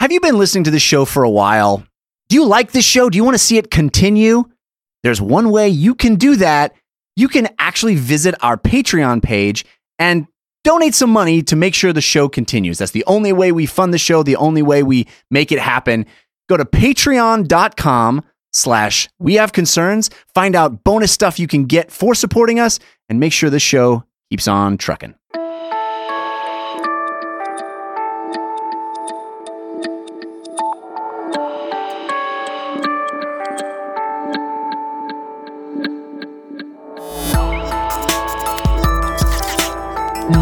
Have you been listening to this show for a while? Do you like this show? Do you want to see it continue? There's one way you can do that. You can actually visit our Patreon page and donate some money to make sure the show continues. That's the only way we fund the show, the only way we make it happen. Go to patreon.com slash we have concerns, find out bonus stuff you can get for supporting us, and make sure the show keeps on trucking.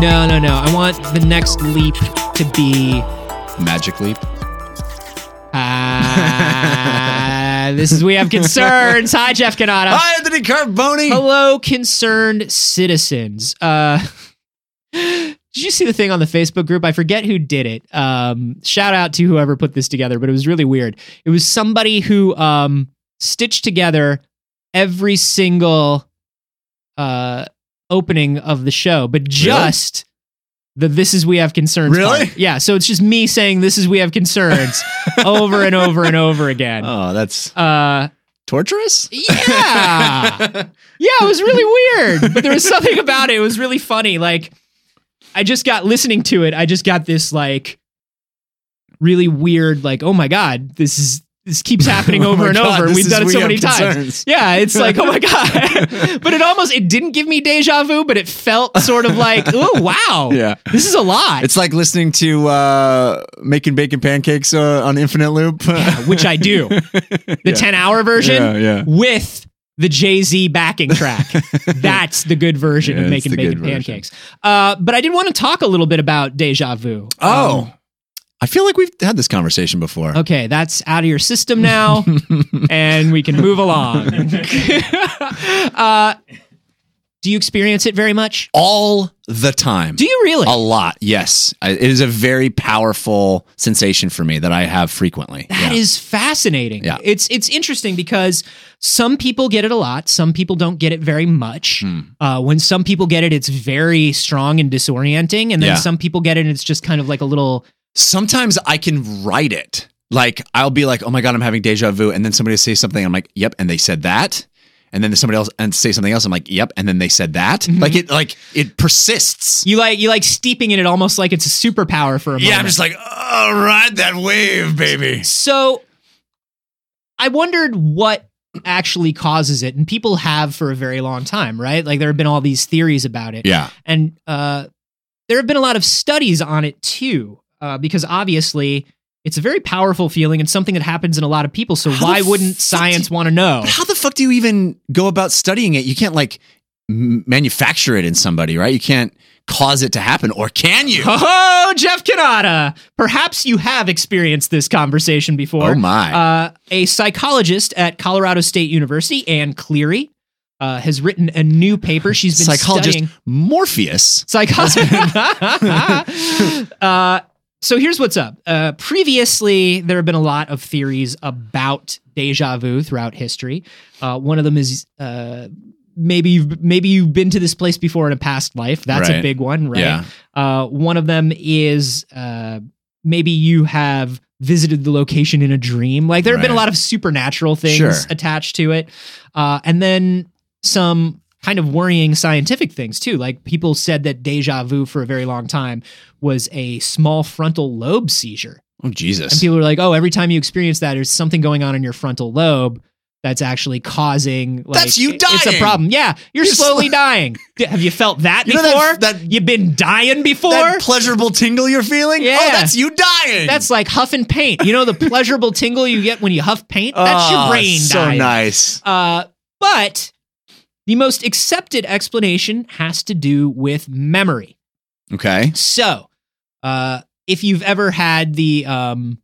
No, no, no. I want the next leap to be. Magic leap. Uh, this is we have concerns. Hi, Jeff Canada. Hi, Anthony Carboni. Hello, concerned citizens. Uh, did you see the thing on the Facebook group? I forget who did it. Um, shout out to whoever put this together, but it was really weird. It was somebody who um, stitched together every single uh, opening of the show, but just the "This is we have concerns." part. Really? Yeah. So it's just me saying "This is we have concerns" over and over and over again. Oh, that's Uh, torturous. yeah. Yeah, it was really weird, but there was something about it. It was really funny. Like, I just got listening to it. I just got this like really weird, like, oh my god, this is this keeps happening Oh over my and God, over. this We've is done it We so Have many Concerns. times. Yeah, it's like, oh my god. but it almost it didn't give me deja vu, but it felt sort of like, oh wow, Yeah. this is a lot. It's like listening to uh, making bacon pancakes uh, on infinite loop. which I do. The 10 hour version Yeah, yeah. with the Jay Z backing track. That's the good version Yeah, of it's making the good bacon version. pancakes. Uh, but I did want to talk a little bit about Deja Vu. oh, Um, I feel like we've had this conversation before. okay, that's out of your system now, and we can move along. uh, do you experience it very much? All the time. Do you really? a lot, yes. I, it is a very powerful sensation for me that I have frequently. That is fascinating. Yeah. It's it's interesting because some people get it a lot, some people don't get it very much. Hmm. Uh, when some people get it, it's very strong and disorienting, and then Yeah. some people get it, and it's just kind of like a little. sometimes I can write it. Like I'll be like, "Oh my god, I'm having deja vu," and then somebody says something, I'm like, "Yep," and they said that, and then somebody else and say something else, I'm like, "Yep," and then they said that. Mm-hmm. Like it, like it persists. You like you like steeping in it almost like it's a superpower for a moment. Yeah, I'm just like, "Oh, ride that wave, baby." So I wondered what actually causes it, and people have for a very long time, right? Like there have been all these theories about it. Yeah, and uh, there have been a lot of studies on it too, uh, because obviously it's a very powerful feeling and something that happens in a lot of people. So How why the wouldn't fuck science do- want to know? how the fuck do you even go about studying it? You can't like m- manufacture it in somebody, right? You can't cause it to happen, or can you? Oh, Jeff Kanata! Perhaps you have experienced this conversation before. Oh, my. Uh, a psychologist at Colorado State University, Anne Cleary, uh, has written a new paper. She's been Psychologist studying. Morpheus. Psychology. uh, so here's what's up. Uh, previously, there have been a lot of theories about deja vu throughout history. Uh, one of them is uh, maybe you've, maybe you've been to this place before in a past life. That's a Right. big one, right? Yeah. Uh, one of them is uh, maybe you have visited the location in a dream. Like there have been a Right. lot of supernatural things Sure. attached to it. Uh, and then some kind of worrying scientific things too. Like people said that deja vu for a very long time was a small frontal lobe seizure. Oh Jesus. And people were like, oh, every time you experience that, there's something going on in your frontal lobe that's actually causing like That's you It's a dying. problem. Yeah. You're, You're slowly dying. D- Have you felt that You know before? that- that- You've been dying before? that pleasurable tingle you're feeling? Yeah. Oh, that's you dying. that's like huffing paint. You know the pleasurable tingle you get when you huff paint? That's your Ah, brain So dying. nice. Uh, but the most accepted explanation has to do with memory. Okay. So, uh, if you've ever had the, um,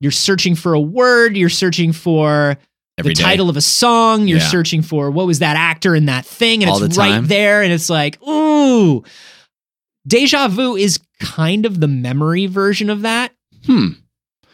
you're searching for a word, you're searching for Every the day. title of a song, you're Yeah. searching for what was that actor in that thing, and All it's the right time. there, and it's like, ooh, deja vu is kind of the memory version of that. Hmm.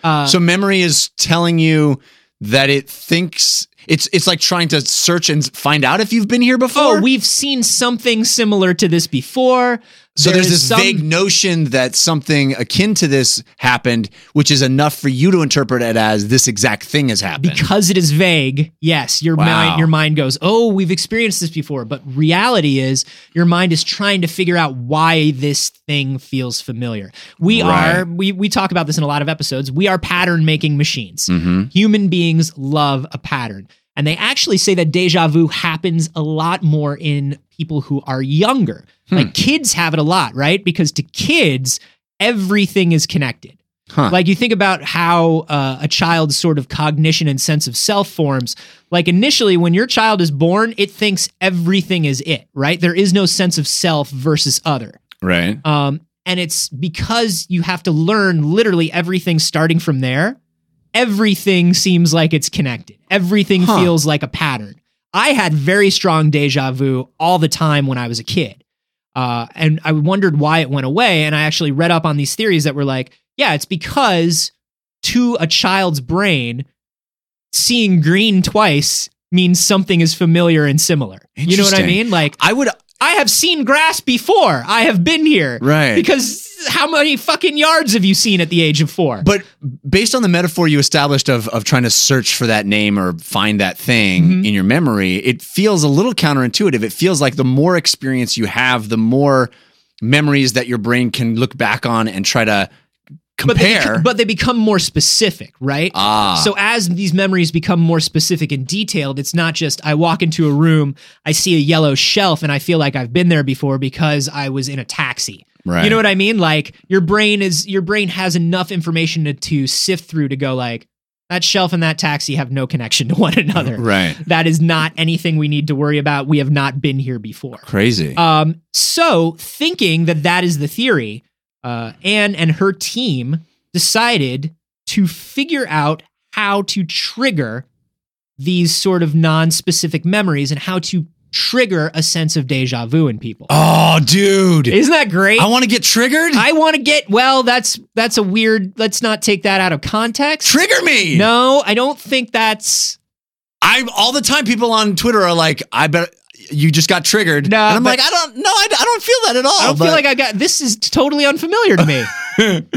Uh, so memory is telling you that it thinks It's it's like trying to search and find out if you've been here before. Oh, we've seen something similar to this before. so There there's is this vague notion that something akin to this happened, which is enough for you to interpret it as this exact thing has happened. because it is vague. Yes, your Wow. mind your mind goes, "Oh, we've experienced this before." But reality is your mind is trying to figure out why this thing feels familiar. We Right. are we we talk about this in a lot of episodes. We are pattern making machines. hmm Human beings love a pattern. And they actually say that deja vu happens a lot more in people who are younger. Hmm. Like kids have it a lot, right? Because to kids, everything is connected. Huh. Like you think about how uh, a child's sort of cognition and sense of self forms. Like initially, when your child is born, it thinks everything is it, right? There is no sense of self versus other. Right. Um, and it's because you have to learn literally everything starting from there. Everything seems like it's connected. Everything Huh. feels like a pattern. I had very strong deja vu all the time when I was a kid. Uh, and I wondered why it went away. And I actually read up on these theories that were like, yeah, it's because to a child's brain, seeing green twice means something is familiar and similar. You know what I Interesting. mean? Like, I would I have seen grass before. I have been here. right. Because how many fucking yards have you seen at the age of four? But based on the metaphor you established of of trying to search for that name or find that thing Mhm. in your memory, it feels a little counterintuitive. It feels like the more experience you have, the more memories that your brain can look back on and try to but, they compare. bec- but they become more specific, right? ah, So as these memories become more specific and detailed, it's not just I walk into a room, I see a yellow shelf, and I feel like I've been there before because I was in a taxi. right. You know what I mean? Like your brain is your brain has enough information to, to sift through to go like that shelf and that taxi have no connection to one another. right. That is not anything we need to worry about. We have not been here before. Crazy. Um, so, thinking that that is the theory, uh, Anne and her team decided to figure out how to trigger these sort of non specific memories and how to trigger a sense of deja vu in people. oh, dude. Isn't that great? I want to get triggered. I want to get well. That's that's a weird. Let's not take that out of context. Trigger me. No, I don't think that's I all the time people on Twitter are like, I bet you just got triggered. No, and I'm but- like, I don't no, I, I don't feel that at all. I don't but- feel like I got this is totally unfamiliar to me. You're-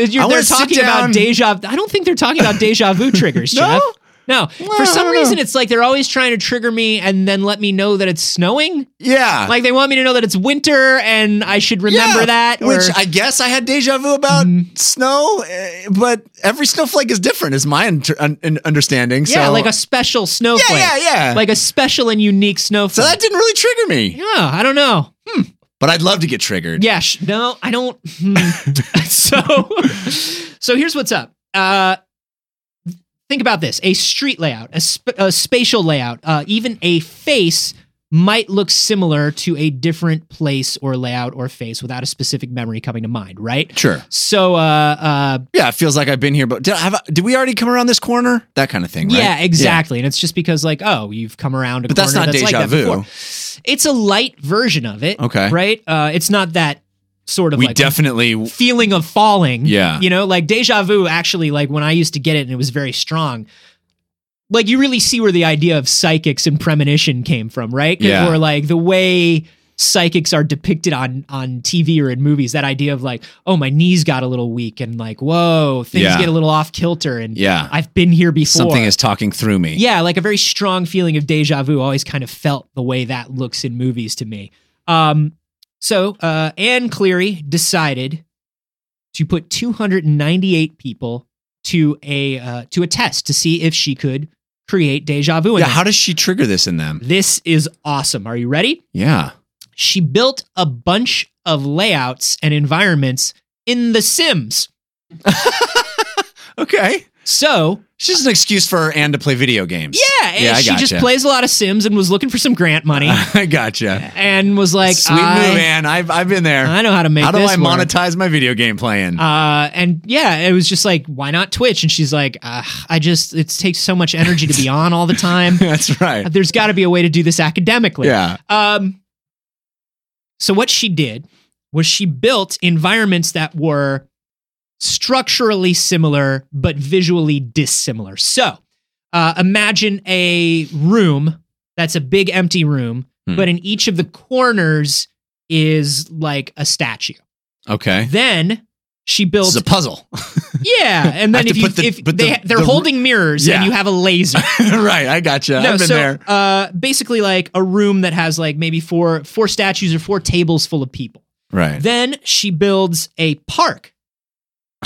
I wanna they're sit talking about down. deja. I don't think they're talking about deja vu triggers, No? Jeff. No, Well, for I some don't reason it's like they're always trying to trigger me and then let me know that it's snowing. yeah. Like they want me to know that it's winter and I should remember Yeah, that. Or, Mm-hmm. Which I guess I had deja vu about snow, eh, but every snowflake is different, is my inter- un- un- understanding. yeah, so. like a special yeah, snowflake, yeah, yeah. like a special and unique snowflake. so that didn't really trigger me, yeah, I don't know. but I'd love to get triggered. Yeah, sh- no, I don't. hmm. so, so here's what's up. Uh, think about this: a street layout, a, sp- a spatial layout, uh, even a face might look similar to a different place or layout or face without a specific memory coming to mind, right? Sure. So, uh, uh, Yeah, it feels like I've been here, but did, I have I- did we already come around this corner? That kind of thing, right? yeah, exactly. And it's just because, like, oh, you've come around a But that's corner not like deja that vu. before. It's a light version of it, Okay. right? Uh, it's not that sort of We like definitely. feeling of falling. Yeah. You know, like deja vu actually, like when I used to get it and it was very strong, like you really see where the idea of psychics and premonition came from, right? 'Cause- Yeah. Or like the way psychics are depicted on on TV or in movies, that idea of like, oh, my knees got a little weak and like, whoa, things Yeah. get a little off kilter and Yeah. I've been here before. Something is talking through me. Yeah, like a very strong feeling of deja vu always kind of felt the way that looks in movies to me. Um, so uh, Anne Cleary decided to put 298 people to a uh, to a test to see if she could create deja vu. In Yeah, them. how does she trigger this in them? this is awesome. Are you ready? Yeah. She built a bunch of layouts and environments in The Sims. Okay. So It's just an excuse for Anne to play video games. yeah, and Yeah, I she just gotcha. plays a lot of Sims and was looking for some grant money. I gotcha. And was like, Sweet I- move, Anne. I've, I've been there. I know how to make. How do this I work. monetize my video game playing? Uh, and yeah, it was just like, why not Twitch? And she's like, uh, I just it takes so much energy to be on all the time. That's right. There's got to be a way to do this academically. Yeah. Um. So what she did was she built environments that were structurally similar but visually dissimilar. So uh, imagine a room that's a big empty room, Hmm. but in each of the corners is like a statue. Okay. Then she This builds is a puzzle. yeah, and I then have to if you put the- if but they the- they're the- holding mirrors Yeah. and you have a laser. right. I gotcha. no, I've been so there. uh basically like a room that has like maybe four four statues or four tables full of people. Right. Then she builds a park.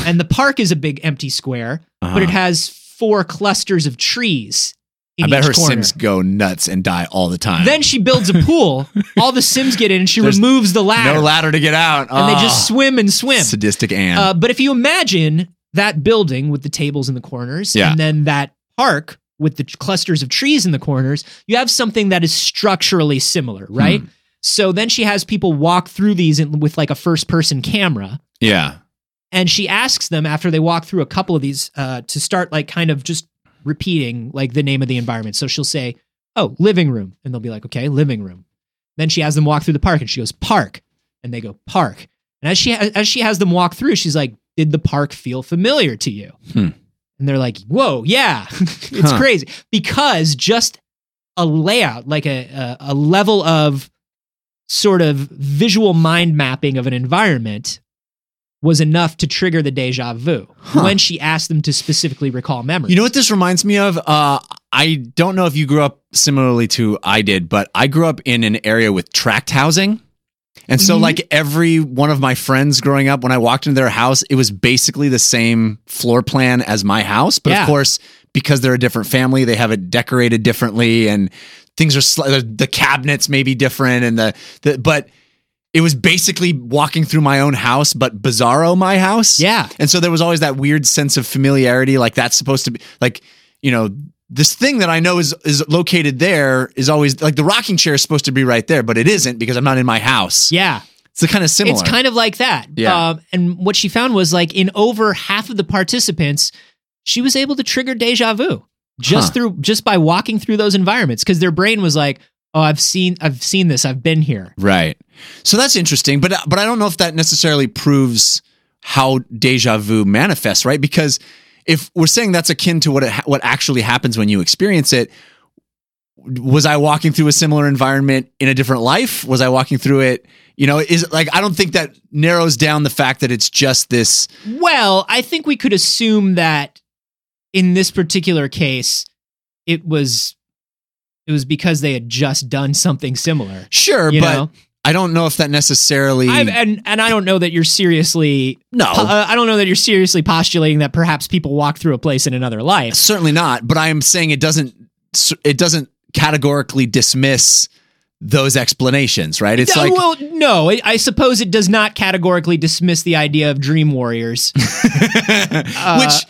And the park is a big empty square, but it Uh-huh. has four clusters of trees in I bet each her corner. Sims go nuts and die all the time. Then she builds a pool. All the Sims get in and she There's removes the ladder. no ladder to get out. and they Ah, just swim and swim. Sadistic Anne. Uh, but if you imagine that building with the tables in the corners Yeah. and then that park with the clusters of trees in the corners, you have something that is structurally similar, right? Hmm. So then she has people walk through these in, with like a first person camera. yeah. And she asks them after they walk through a couple of these uh, to start like kind of just repeating like the name of the environment. So she'll say, Oh, living room. And they'll be like, Okay, living room. Then she has them walk through the park and she goes, Park. And they go, Park. And as she, as she has them walk through, she's like, Did the park feel familiar to you? Hmm. And they're like, Whoa, yeah. it's Huh. crazy because just a layout, like a, a, a level of sort of visual mind mapping of an environment was enough to trigger the deja vu Huh. when she asked them to specifically recall memories. You know what this reminds me of? Uh, I don't know if you grew up similarly to I did, but I grew up in an area with tract housing. And so, Mhm. like every one of my friends growing up, when I walked into their house, it was basically the same floor plan as my house. But Yeah. of course, because they're a different family, they have it decorated differently, and things are sli- the- the cabinets may be different, and the, the but it was basically walking through my own house, but bizarro my house. Yeah. And so there was always that weird sense of familiarity, like that's supposed to be like, you know, this thing that I know is is located there is always like the rocking chair is supposed to be right there, but it isn't because I'm not in my house. Yeah. It's the kind of similar. It's kind of like that. Yeah. Um, and what she found was like in over half of the participants, she was able to trigger deja vu just Huh. through just by walking through those environments because their brain was like, "Oh, I've seen, I've seen this, I've been here." right. So that's interesting, but but I don't know if that necessarily proves how deja vu manifests, right? Because if we're saying that's akin to what it ha- what actually happens when you experience it, was I walking through a similar environment in a different life? Was I walking through it? You know, is like I don't think that narrows down the fact that it's just this. Well, I think we could assume that in this particular case, it was it was because they had just done something similar. Sure, You but know, I don't know if that necessarily. I've, and and I don't know that you're seriously. no, Uh, I don't know that you're seriously postulating that perhaps people walk through a place in another life. certainly not. But I am saying it doesn't. It doesn't categorically dismiss those explanations, right? It's Uh, like well, no, I, I suppose it does not categorically dismiss the idea of dream warriors. uh, which.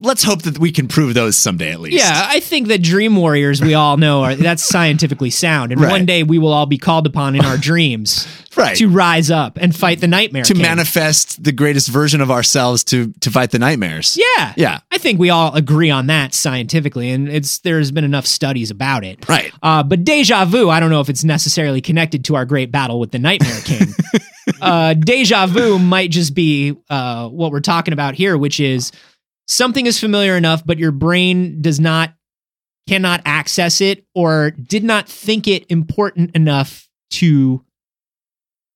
Let's hope that we can prove those someday at least. yeah, I think that dream warriors we all know are that's scientifically sound, and Right. one day we will all be called upon in our dreams right. to rise up and fight the nightmare. to king. manifest the greatest version of ourselves to to fight the nightmares. Yeah, Yeah. I think we all agree on that scientifically, and it's there's been enough studies about it. Right. Uh, but deja vu, I don't know if it's necessarily connected to our great battle with the Nightmare King. uh, deja vu might just be uh, what we're talking about here, which is something is familiar enough, but your brain does not, cannot access it, or did not think it important enough to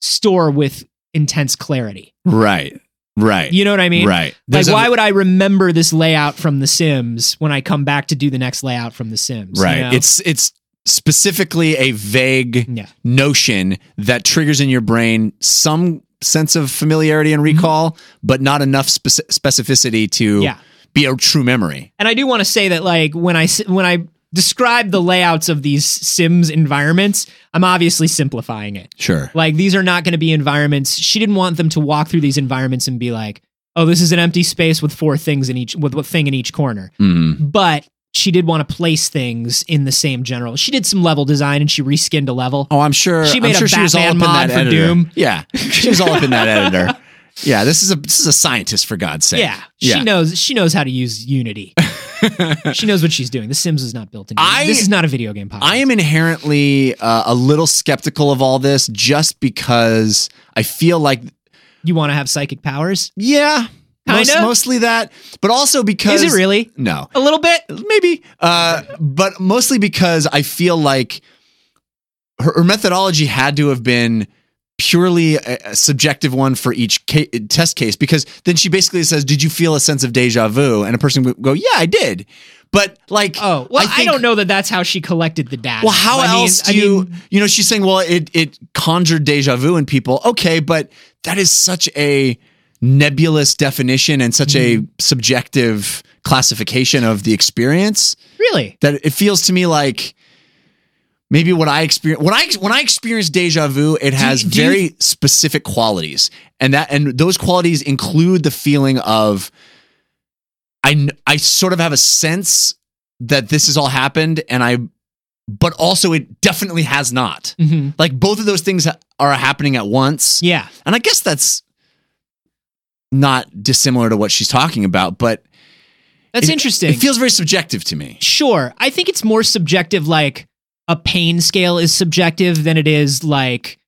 store with intense clarity. Right. Right. You know what I mean? right. Like, There's a- why would I remember this layout from The Sims when I come back to do the next layout from The Sims? you right. know? It's it's specifically a vague yeah. notion that triggers in your brain some sense of familiarity and recall, but not enough spec- specificity to Mm-hmm. Yeah. be a true memory. And I do want to say that like when I s- when I describe the layouts of these Sims environments, I'm obviously simplifying it. Sure. Like these are not going to be environments. She didn't want them to walk through these environments and be like, "Oh, this is an empty space with four things in each with a thing in each corner." Mm. But she did want to place things in the same general. She did some level design and she reskinned a level. Oh, I'm sure. She I'm made a sure she was all Batman up in that mod for editor. Doom. Yeah, she was all up in that editor. Yeah, this is a this is a scientist for God's sake. Yeah, yeah. she knows. She knows how to use Unity. she knows what she's doing. The Sims was not built in. Unity. I- this is not a video game. Podcast. I am inherently uh, a little skeptical of all this, just because I feel like You want to have psychic powers? Yeah. Kind Most- of. mostly that, but also because Is it really? No, A little bit. maybe, uh, but mostly because I feel like her, her methodology had to have been purely a, a subjective one for each ca- test case because then she basically says, "Did you feel a sense of deja vu?" And a person would go, "Yeah, I did," but like, Oh, well, I, think- don't know that that's how she collected the data. Well, how I mean- else I do you? mean, you know, she's saying, "Well, it it conjured deja vu in people." Okay, but that is such a nebulous definition and such Mm-hmm. a subjective classification of the experience really? that it feels to me like maybe what I experience when I when I experience deja vu, it has do you- very specific qualities, and that and those qualities include the feeling of I kn- I sort of have a sense that this has all happened, and I but also it definitely has not. hmm Like both of those things ha- are happening at once. Yeah. And I guess that's not dissimilar to what she's talking about, but That's it- interesting. It feels very subjective to me. sure. I think it's more subjective, like a pain scale is subjective than it is like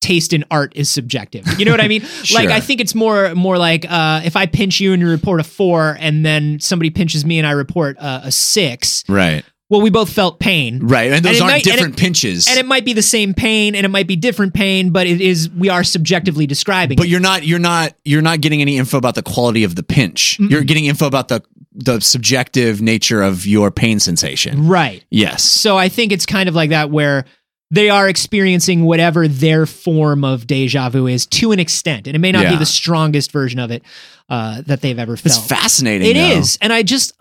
taste in art is subjective. You know what I mean? Like Sure. I think it's more more like uh, if I pinch you and you report a four and then somebody pinches me and I report uh, a six, Right. well we both felt pain. Right. And And those it aren't might- and different pinches. And it might be the same pain and it might be different pain, but it is we are subjectively describing but it. you're not you're not you're not getting any info about the quality of the pinch. You're getting info about the the subjective nature of your pain sensation. right. Yes. So I think it's kind of like that where they are experiencing whatever their form of deja vu is to an extent, and it may not be Yeah. the strongest version of it uh, that they've ever It's felt. fascinating. It though. is, and I just,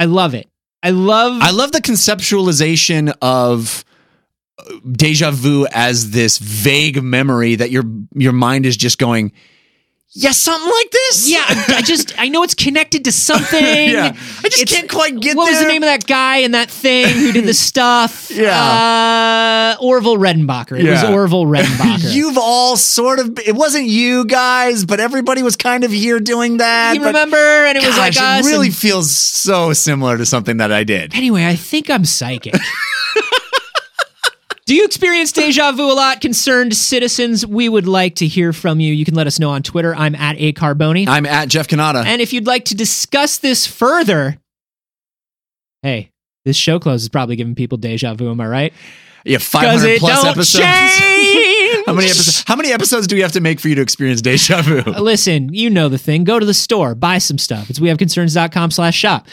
I love it. I love. I love the conceptualization of uh, deja vu as this vague memory that your your mind is just going, yeah, something like this. yeah, I, I just I know it's connected to something. yeah. I just It's- can't quite get What there. was the name of that guy and that thing who did the stuff? Yeah. uh, Orville Redenbacher. It was Yeah. Orville Redenbacher. You've all sort of. It wasn't you guys, but everybody was kind of here doing that. You but- remember? And it was Gosh, like us. It really and- feels so similar to something that I did. Anyway, I think I'm psychic. Do you experience deja vu a lot, concerned citizens? We would like to hear from you. You can let us know on Twitter. I'm at A Carboni. I'm at Jeff Canada. And if you'd like to discuss this further, hey, this show close is probably giving people deja vu, am I right? yeah, Because 500 it plus don't episodes. change. How many episodes? How many episodes do we have to make for you to experience deja vu? Uh, Listen, you know the thing. Go to the store, buy some stuff. It's wehaveconcerns.com slash shop.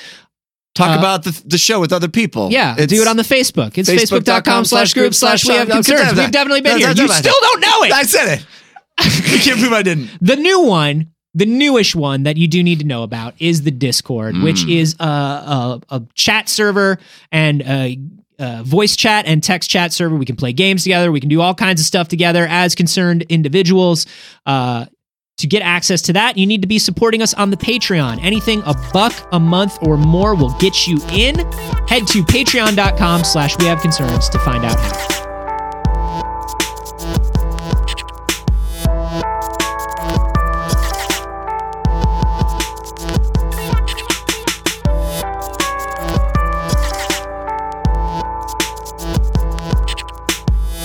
Talk uh, about the, the show with other people. Yeah, It's- do it on the Facebook. It's Facebook.com facebook.com slash group slash we have concerns. We've definitely been here. You still don't know it. I said it. I can't believe I didn't. The new one, the newish one that you do need to know about is the Discord, which Mm. is a, a, a chat server and a, a voice chat and text chat server. We can play games together. We can do all kinds of stuff together as concerned individuals. Uh, to get access to that, you need to be supporting us on the Patreon. Anything a buck a month or more will get you in. Head to patreon.com slash we have concerns to find out how.